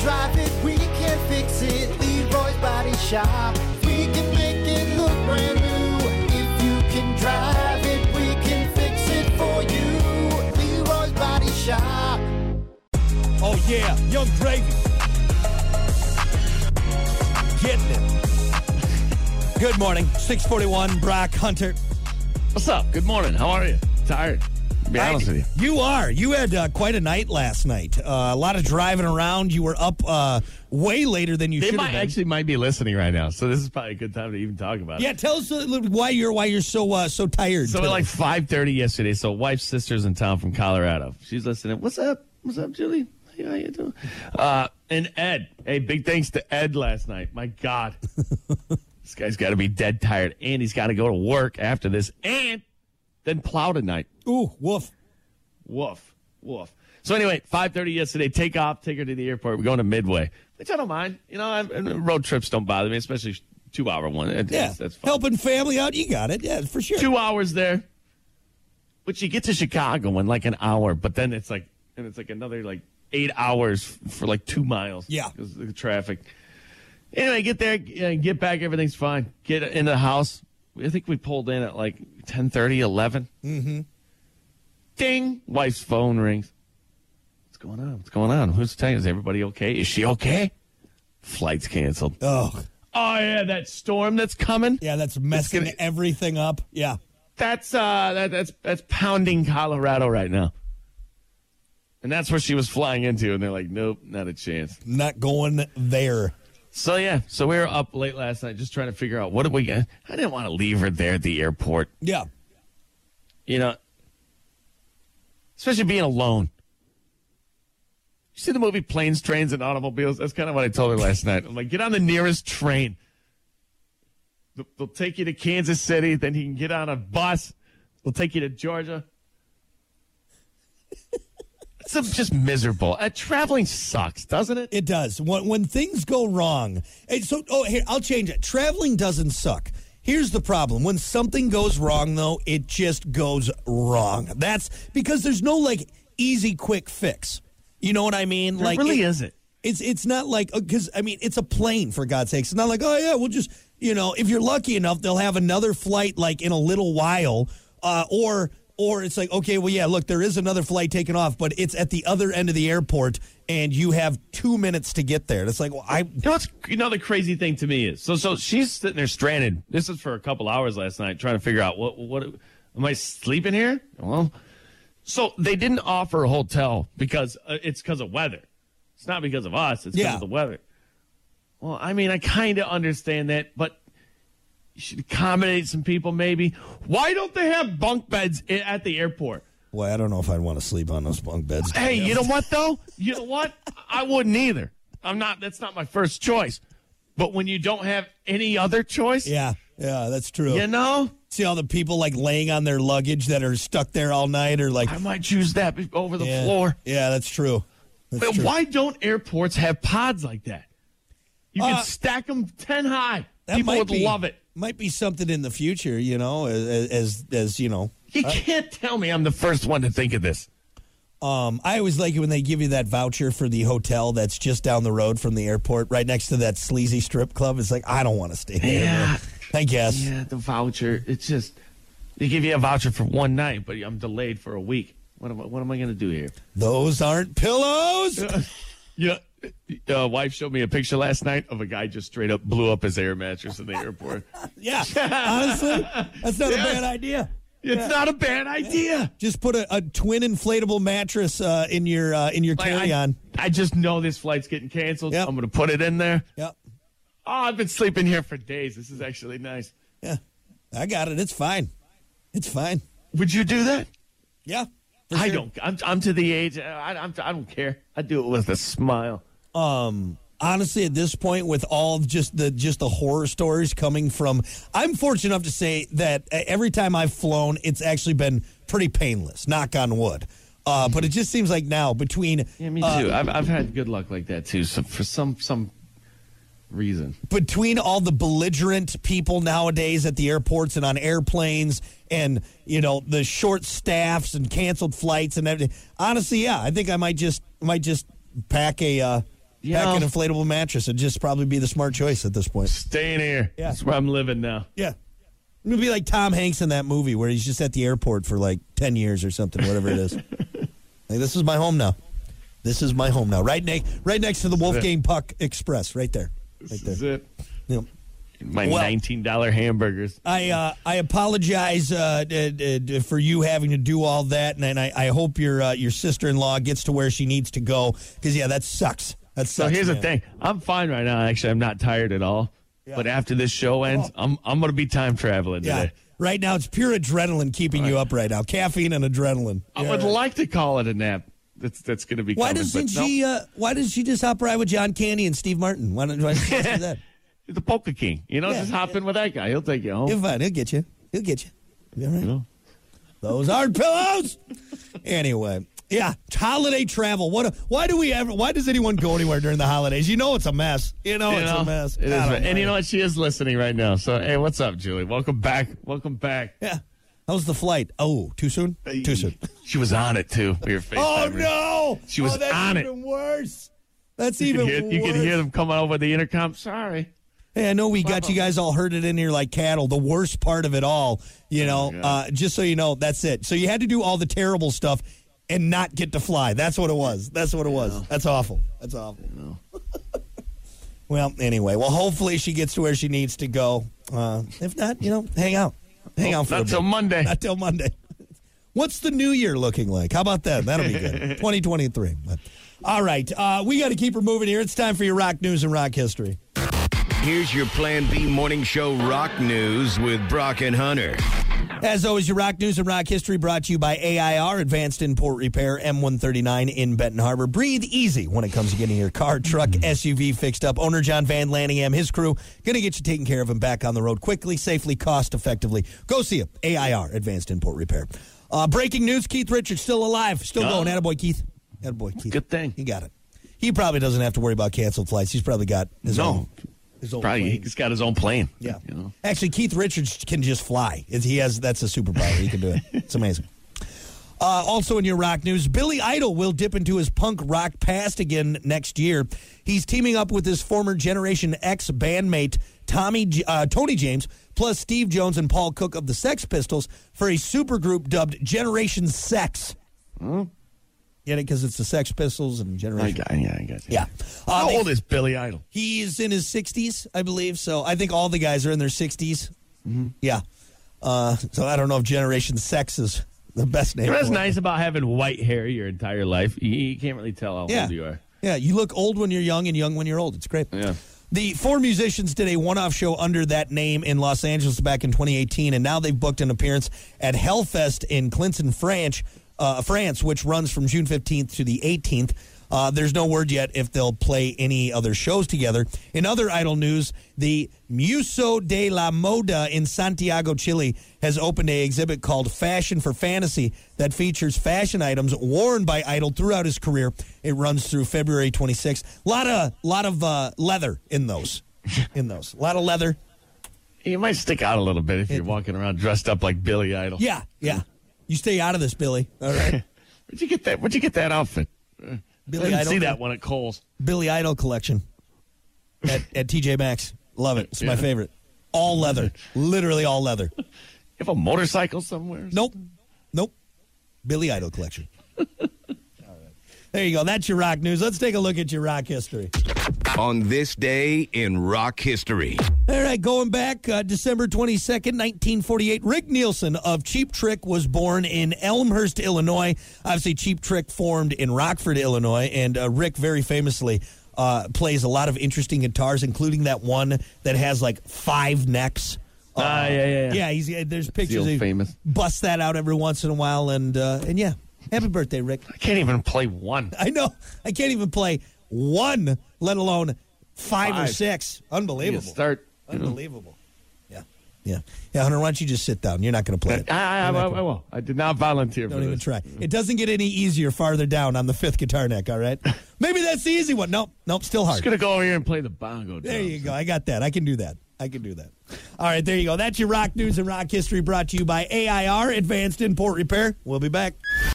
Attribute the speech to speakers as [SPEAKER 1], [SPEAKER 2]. [SPEAKER 1] drive it, we can fix it. Leroy's Body Shop. We can make it look brand new. If you can drive it, we can fix it for you. Leroy's Body Shop.
[SPEAKER 2] Oh yeah, Young Gravy. Getting it. Good morning, 641 Brock Hunter.
[SPEAKER 3] What's up? Good morning. How are you? Tired. To be honest with you.
[SPEAKER 2] You are. You had uh, quite a night last night. Uh, a lot of driving around. You were up uh, way later than you
[SPEAKER 3] They
[SPEAKER 2] should
[SPEAKER 3] might
[SPEAKER 2] have been.
[SPEAKER 3] actually might be listening right now, so this is probably a good time to even talk about
[SPEAKER 2] yeah,
[SPEAKER 3] it.
[SPEAKER 2] tell us a little bit why you're why you're so uh, so tired.
[SPEAKER 3] So
[SPEAKER 2] today.
[SPEAKER 3] at like five thirty yesterday, so wife's sister's in town from Colorado. She's listening. What's up? What's up, Julie? Hey, How you doing? Uh, and Ed. Hey, big thanks to Ed last night. My God. this guy's gotta be dead tired. And he's gotta go to work after this. And then plow tonight.
[SPEAKER 2] ooh woof.
[SPEAKER 3] Woof, woof. So anyway, five thirty yesterday. Take off, take her to the airport. We're going to Midway, which I don't mind. You know, I, road trips don't bother me, especially two hour one. It-
[SPEAKER 2] Yeah,
[SPEAKER 3] it's- that's fine.
[SPEAKER 2] helping family out. You got it. Yeah, for sure.
[SPEAKER 3] Two hours there, which you get to Chicago in like an hour, but then it's like and it's like another like eight hours f- for like two miles.
[SPEAKER 2] Yeah.
[SPEAKER 3] because the traffic. Anyway, get there and get back. Everything's fine. Get in the house. I think we pulled in at like 10, 11. Mm-hmm. Ding. Wife's phone rings. What's going on? What's going on? Who's texting? Is everybody okay? Is she okay? Flight's canceled.
[SPEAKER 2] Oh,
[SPEAKER 3] Oh, yeah, that storm that's coming.
[SPEAKER 2] yeah, that's messing
[SPEAKER 3] gonna-
[SPEAKER 2] everything up. Yeah.
[SPEAKER 3] That's, uh, that, that's, that's pounding Colorado right now. And that's where she was flying into. And they're like, nope, not a chance.
[SPEAKER 2] not going there.
[SPEAKER 3] So yeah, so we were up late last night just trying to figure out what did we get. I didn't want to leave her there at the airport,
[SPEAKER 2] Yeah.
[SPEAKER 3] you know, especially being alone. You see the movie Planes, Trains, and Automobiles? That's kind of what I told her last night. I'm like, get on the nearest train. They'll- They'll take you to Kansas City, then you can get on a bus. They'll take you to Georgia. It's just miserable. Uh, traveling sucks, doesn't it?
[SPEAKER 2] It does. When, when things go wrong, and so oh here I'll change it. Traveling doesn't suck. Here's the problem. When something goes wrong though, it just goes wrong. That's because there's no like easy quick fix. You know what I mean?
[SPEAKER 3] There
[SPEAKER 2] like
[SPEAKER 3] really
[SPEAKER 2] it-
[SPEAKER 3] isn't.
[SPEAKER 2] It's it's not like because I mean it's a plane for God's sakes. It's not like oh yeah we'll just you know if you're lucky enough they'll have another flight like in a little while uh, or or it's like okay well yeah look there is another flight taking off but it's at the other end of the airport and you have two minutes to get there. And it's like well I
[SPEAKER 3] You know what's you know the crazy thing to me is so so she's sitting there stranded. This is for a couple hours last night trying to figure out what what am I sleeping here? Well, so they didn't offer a hotel because uh, it's because of weather. It's not because of us. It's because
[SPEAKER 2] Yeah.
[SPEAKER 3] of the weather. Well, I mean, I kind of understand that, but you should accommodate some people maybe. Why don't they have bunk beds i- at the airport?
[SPEAKER 2] well I don't know if I'd want to sleep on those bunk beds.
[SPEAKER 3] Hey, you know what though? You know what? I wouldn't either. I'm not. That's not my first choice. But when you don't have any other choice,
[SPEAKER 2] yeah yeah that's true.
[SPEAKER 3] you know,
[SPEAKER 2] See all the people like laying on their luggage that are stuck there all night or like
[SPEAKER 3] I might choose that be- over the
[SPEAKER 2] yeah,
[SPEAKER 3] floor.
[SPEAKER 2] Yeah that's true. That's
[SPEAKER 3] But
[SPEAKER 2] true.
[SPEAKER 3] why don't airports have pods like that? You can
[SPEAKER 2] Uh,
[SPEAKER 3] stack them ten high.
[SPEAKER 2] That
[SPEAKER 3] People
[SPEAKER 2] might
[SPEAKER 3] would
[SPEAKER 2] be-
[SPEAKER 3] love it.
[SPEAKER 2] Might be something in the future, you know, as as, as you know.
[SPEAKER 3] You can't tell me I'm the first one to think of this.
[SPEAKER 2] Um, I always like it when they give you that voucher for the hotel that's just down the road from the airport, right next to that sleazy strip club. It's like I don't want to stay there.
[SPEAKER 3] Yeah.
[SPEAKER 2] man. I guess.
[SPEAKER 3] Yeah, the voucher. It's just they give you a voucher for one night, but I'm delayed for a week. What am I, what am I going to do here?
[SPEAKER 2] Those aren't pillows.
[SPEAKER 3] Yeah. Uh, wife showed me a picture last night of a guy just straight up blew up his air mattress in the airport.
[SPEAKER 2] yeah, honestly, that's not a bad idea.
[SPEAKER 3] It's not a bad idea.
[SPEAKER 2] Just put a, a twin inflatable mattress uh, in your uh, in your
[SPEAKER 3] Like,
[SPEAKER 2] carry
[SPEAKER 3] I,
[SPEAKER 2] on.
[SPEAKER 3] I just know this flight's getting canceled.
[SPEAKER 2] Yep.
[SPEAKER 3] I'm going to put it in there.
[SPEAKER 2] Yep.
[SPEAKER 3] Oh, I've been sleeping here for days. This is actually nice.
[SPEAKER 2] Yeah, I got it. It's fine. It's fine.
[SPEAKER 3] Would you do that?
[SPEAKER 2] Yeah. for
[SPEAKER 3] I
[SPEAKER 2] sure.
[SPEAKER 3] don't. I'm, I'm to the age. uh, I, I'm, I don't care. I do it with a smile.
[SPEAKER 2] um honestly at this point with all just the just the horror stories coming from i'm fortunate enough to say that uh, every time i've flown it's actually been pretty painless knock on wood uh, but it just seems like now between
[SPEAKER 3] Yeah, me too.
[SPEAKER 2] uh,
[SPEAKER 3] I've, I've had good luck like that too. So for some some reason.
[SPEAKER 2] between all the belligerent people nowadays at the airports and on airplanes and you know the short staffs and canceled flights and everything honestly yeah i think i might just might just pack a uh,
[SPEAKER 3] You
[SPEAKER 2] Pack an
[SPEAKER 3] know,
[SPEAKER 2] inflatable mattress. It'd just probably be the smart choice at this point.
[SPEAKER 3] stay in here.
[SPEAKER 2] Yeah.
[SPEAKER 3] That's where I'm living now.
[SPEAKER 2] Yeah. It'd be like Tom Hanks in that movie where he's just at the airport for like 10 years or something, whatever it is. like, this is my home now. This is my home now. Right, ne- right next to the Wolfgang Puck Express, right there. Right
[SPEAKER 3] This is
[SPEAKER 2] there.
[SPEAKER 3] it.
[SPEAKER 2] Yep.
[SPEAKER 3] My
[SPEAKER 2] Well-
[SPEAKER 3] $19 hamburgers.
[SPEAKER 2] I uh, I apologize uh, d- d- d- for you having to do all that, and, and I, I hope your uh, your sister in law gets to where she needs to go because yeah, that sucks. That
[SPEAKER 3] So
[SPEAKER 2] sucks.
[SPEAKER 3] here's the
[SPEAKER 2] man.
[SPEAKER 3] thing. I'm fine right now. Actually, I'm not tired at all.
[SPEAKER 2] Yeah.
[SPEAKER 3] But after this show ends, I'm I'm gonna be time traveling
[SPEAKER 2] Yeah,
[SPEAKER 3] today.
[SPEAKER 2] right now it's pure adrenaline keeping you up right now. Caffeine and adrenaline.
[SPEAKER 3] I
[SPEAKER 2] Yeah,
[SPEAKER 3] would
[SPEAKER 2] right.
[SPEAKER 3] like to call it a nap. That's that's gonna be.
[SPEAKER 2] Why
[SPEAKER 3] coming,
[SPEAKER 2] doesn't
[SPEAKER 3] but no.
[SPEAKER 2] she? Uh, why doesn't she just hop right with John Candy and Steve Martin? Why don't, why doesn't she just do that?
[SPEAKER 3] the Polka King. You know,
[SPEAKER 2] Yeah.
[SPEAKER 3] just hop in with that guy. He'll take you home.
[SPEAKER 2] You're fine. He'll get you. He'll get you. You all right?
[SPEAKER 3] you know?
[SPEAKER 2] Those aren't pillows. anyway, yeah, holiday travel. What? A, why do we ever? Why does anyone go anywhere during the holidays? You know it's a mess. You know
[SPEAKER 3] You
[SPEAKER 2] it's
[SPEAKER 3] know,
[SPEAKER 2] a mess.
[SPEAKER 3] it is
[SPEAKER 2] I don't
[SPEAKER 3] right.
[SPEAKER 2] know.
[SPEAKER 3] and you know what? She is listening right now. So hey, what's up, Julie? Welcome back. Welcome back.
[SPEAKER 2] yeah. How was the flight? Oh, too soon. Too soon.
[SPEAKER 3] She was on it too. We were
[SPEAKER 2] Oh
[SPEAKER 3] FaceTiming.
[SPEAKER 2] no!
[SPEAKER 3] She was
[SPEAKER 2] oh, that's
[SPEAKER 3] on it.
[SPEAKER 2] even Worse. That's
[SPEAKER 3] You
[SPEAKER 2] even
[SPEAKER 3] could, hear,
[SPEAKER 2] worse.
[SPEAKER 3] you could hear them coming over the intercom. Sorry.
[SPEAKER 2] Hey, I know we got you guys all herded in here like cattle. The worst part of it all,
[SPEAKER 3] Oh,
[SPEAKER 2] you know, uh, just so you know, that's it. So you had to do all the terrible stuff and not get to fly. That's what it was. That's what it was. That's awful. That's awful. well, anyway, well, hopefully she gets to where she needs to go. Uh, if not, you know, hang out. Hang out for a
[SPEAKER 3] Oh, Not
[SPEAKER 2] bit.
[SPEAKER 3] till Monday.
[SPEAKER 2] Not till Monday. What's the new year looking like? How about that? That'll be good. 2023. But- All right. Uh, we got to keep her moving here. It's time for your rock news and rock history.
[SPEAKER 4] Here's your Plan B morning show rock news with Brock and Hunter.
[SPEAKER 2] As always, your rock news and rock history brought to you by AIR, Advanced Import Repair, M139 in Benton Harbor. Breathe easy when it comes to getting your car, truck, SUV fixed up. Owner John Van Lanningham, his crew, going to get you taken care of and back on the road quickly, safely, cost effectively. Go see him, AIR, Advanced Import Repair. Uh, breaking news Keith Richards still alive, still
[SPEAKER 3] Oh.
[SPEAKER 2] going. Attaboy, Keith. Attaboy, Keith.
[SPEAKER 3] Good thing.
[SPEAKER 2] He got it. He probably doesn't have to worry about canceled flights. He's probably got his
[SPEAKER 3] No.
[SPEAKER 2] own. His own
[SPEAKER 3] Probably
[SPEAKER 2] plane.
[SPEAKER 3] he's got his own plane.
[SPEAKER 2] Yeah.
[SPEAKER 3] You know?
[SPEAKER 2] Actually, Keith Richards can just fly. It's- He has that's a superpower. He can do it. It's amazing. Uh, also in your rock news, Billy Idol will dip into his punk rock past again next year. He's teaming up with his former Generation X bandmate Tommy J- uh, Tony James, plus Steve Jones and Paul Cook of the Sex Pistols for a supergroup dubbed Generation Sex. Get it? Because it's the Sex Pistols and
[SPEAKER 3] Hmm? I
[SPEAKER 2] Generation.
[SPEAKER 3] got, yeah, I got you.
[SPEAKER 2] Yeah. Uh,
[SPEAKER 3] How
[SPEAKER 2] they-
[SPEAKER 3] old is Billy Idol?
[SPEAKER 2] He's in his 60s, I believe. So I think all the guys are in their 60s.
[SPEAKER 3] Mm-hmm.
[SPEAKER 2] Yeah. Uh, so I don't know if Generation Sex is the best name.
[SPEAKER 3] You know what's
[SPEAKER 2] for it.
[SPEAKER 3] nice about having white hair your entire life? You, you can't really tell how
[SPEAKER 2] Yeah.
[SPEAKER 3] old you are.
[SPEAKER 2] Yeah, you look old when you're young and young when you're old. It's great.
[SPEAKER 3] Yeah.
[SPEAKER 2] The four musicians did a one off show under that name in Los Angeles back in 2018, and now they've booked an appearance at Hellfest in Clinton, France, uh, France which runs from June 15th to the 18th. Uh, there's no word yet if they'll play any other shows together. In other idol news, the Museo de la Moda in Santiago, Chile, has opened a exhibit called Fashion for Fantasy that features fashion items worn by Idol throughout his career. It runs through February 26th. Lot of lot of uh, leather in those, in those. A lot of leather.
[SPEAKER 3] You might stick out a little bit if you're walking around dressed up like Billy Idol.
[SPEAKER 2] Yeah, yeah. You stay out of this, Billy. All right,
[SPEAKER 3] Where'd you get that? Where'd you get that outfit? Uh,
[SPEAKER 2] Billy
[SPEAKER 3] I didn't
[SPEAKER 2] Idol.
[SPEAKER 3] see that one at Cole's.
[SPEAKER 2] Billy Idol collection at, at TJ Maxx. Love it. It's my
[SPEAKER 3] Yeah.
[SPEAKER 2] favorite. All leather, literally all leather.
[SPEAKER 3] You have a motorcycle somewhere?
[SPEAKER 2] Nope. Nope. Billy Idol collection. All right. There you go. That's your rock news. Let's take a look at your rock history.
[SPEAKER 4] On this day in rock history,
[SPEAKER 2] All right, going back uh, December 22nd, 1948, Rick Nielsen of Cheap Trick was born in Elmhurst, Illinois. Obviously, Cheap Trick formed in Rockford, Illinois, and uh, Rick very famously uh, plays a lot of interesting guitars, including that one that has like five necks.
[SPEAKER 3] Ah, yeah, yeah, yeah.
[SPEAKER 2] Yeah, he's, uh, there's pictures.
[SPEAKER 3] old
[SPEAKER 2] He
[SPEAKER 3] famous.
[SPEAKER 2] Busts that out every once in a while, and uh, and yeah, happy birthday, Rick.
[SPEAKER 3] I can't even play one.
[SPEAKER 2] I know I can't even play one, let alone five, or
[SPEAKER 3] Five.
[SPEAKER 2] six.
[SPEAKER 3] You
[SPEAKER 2] Unbelievable.
[SPEAKER 3] start. you know.
[SPEAKER 2] Unbelievable. Yeah. Yeah. Yeah, Hunter, why don't you just sit down? You're not going to play it.
[SPEAKER 3] I, I, I, I, I Mm-hmm. will. I did not volunteer for
[SPEAKER 2] Don't even
[SPEAKER 3] this.
[SPEAKER 2] try. It doesn't get any easier farther down on the fifth guitar neck, all right? Maybe that's the easy one. Nope. Nope. Still
[SPEAKER 3] I'm just
[SPEAKER 2] hard.
[SPEAKER 3] gonna go over here and play the bongo.
[SPEAKER 2] There
[SPEAKER 3] drums.
[SPEAKER 2] you go. I got that. I can do that. I can do that. All right. There you go. That's your rock news and rock history brought to you by AIR, Advanced Import Repair. We'll be back.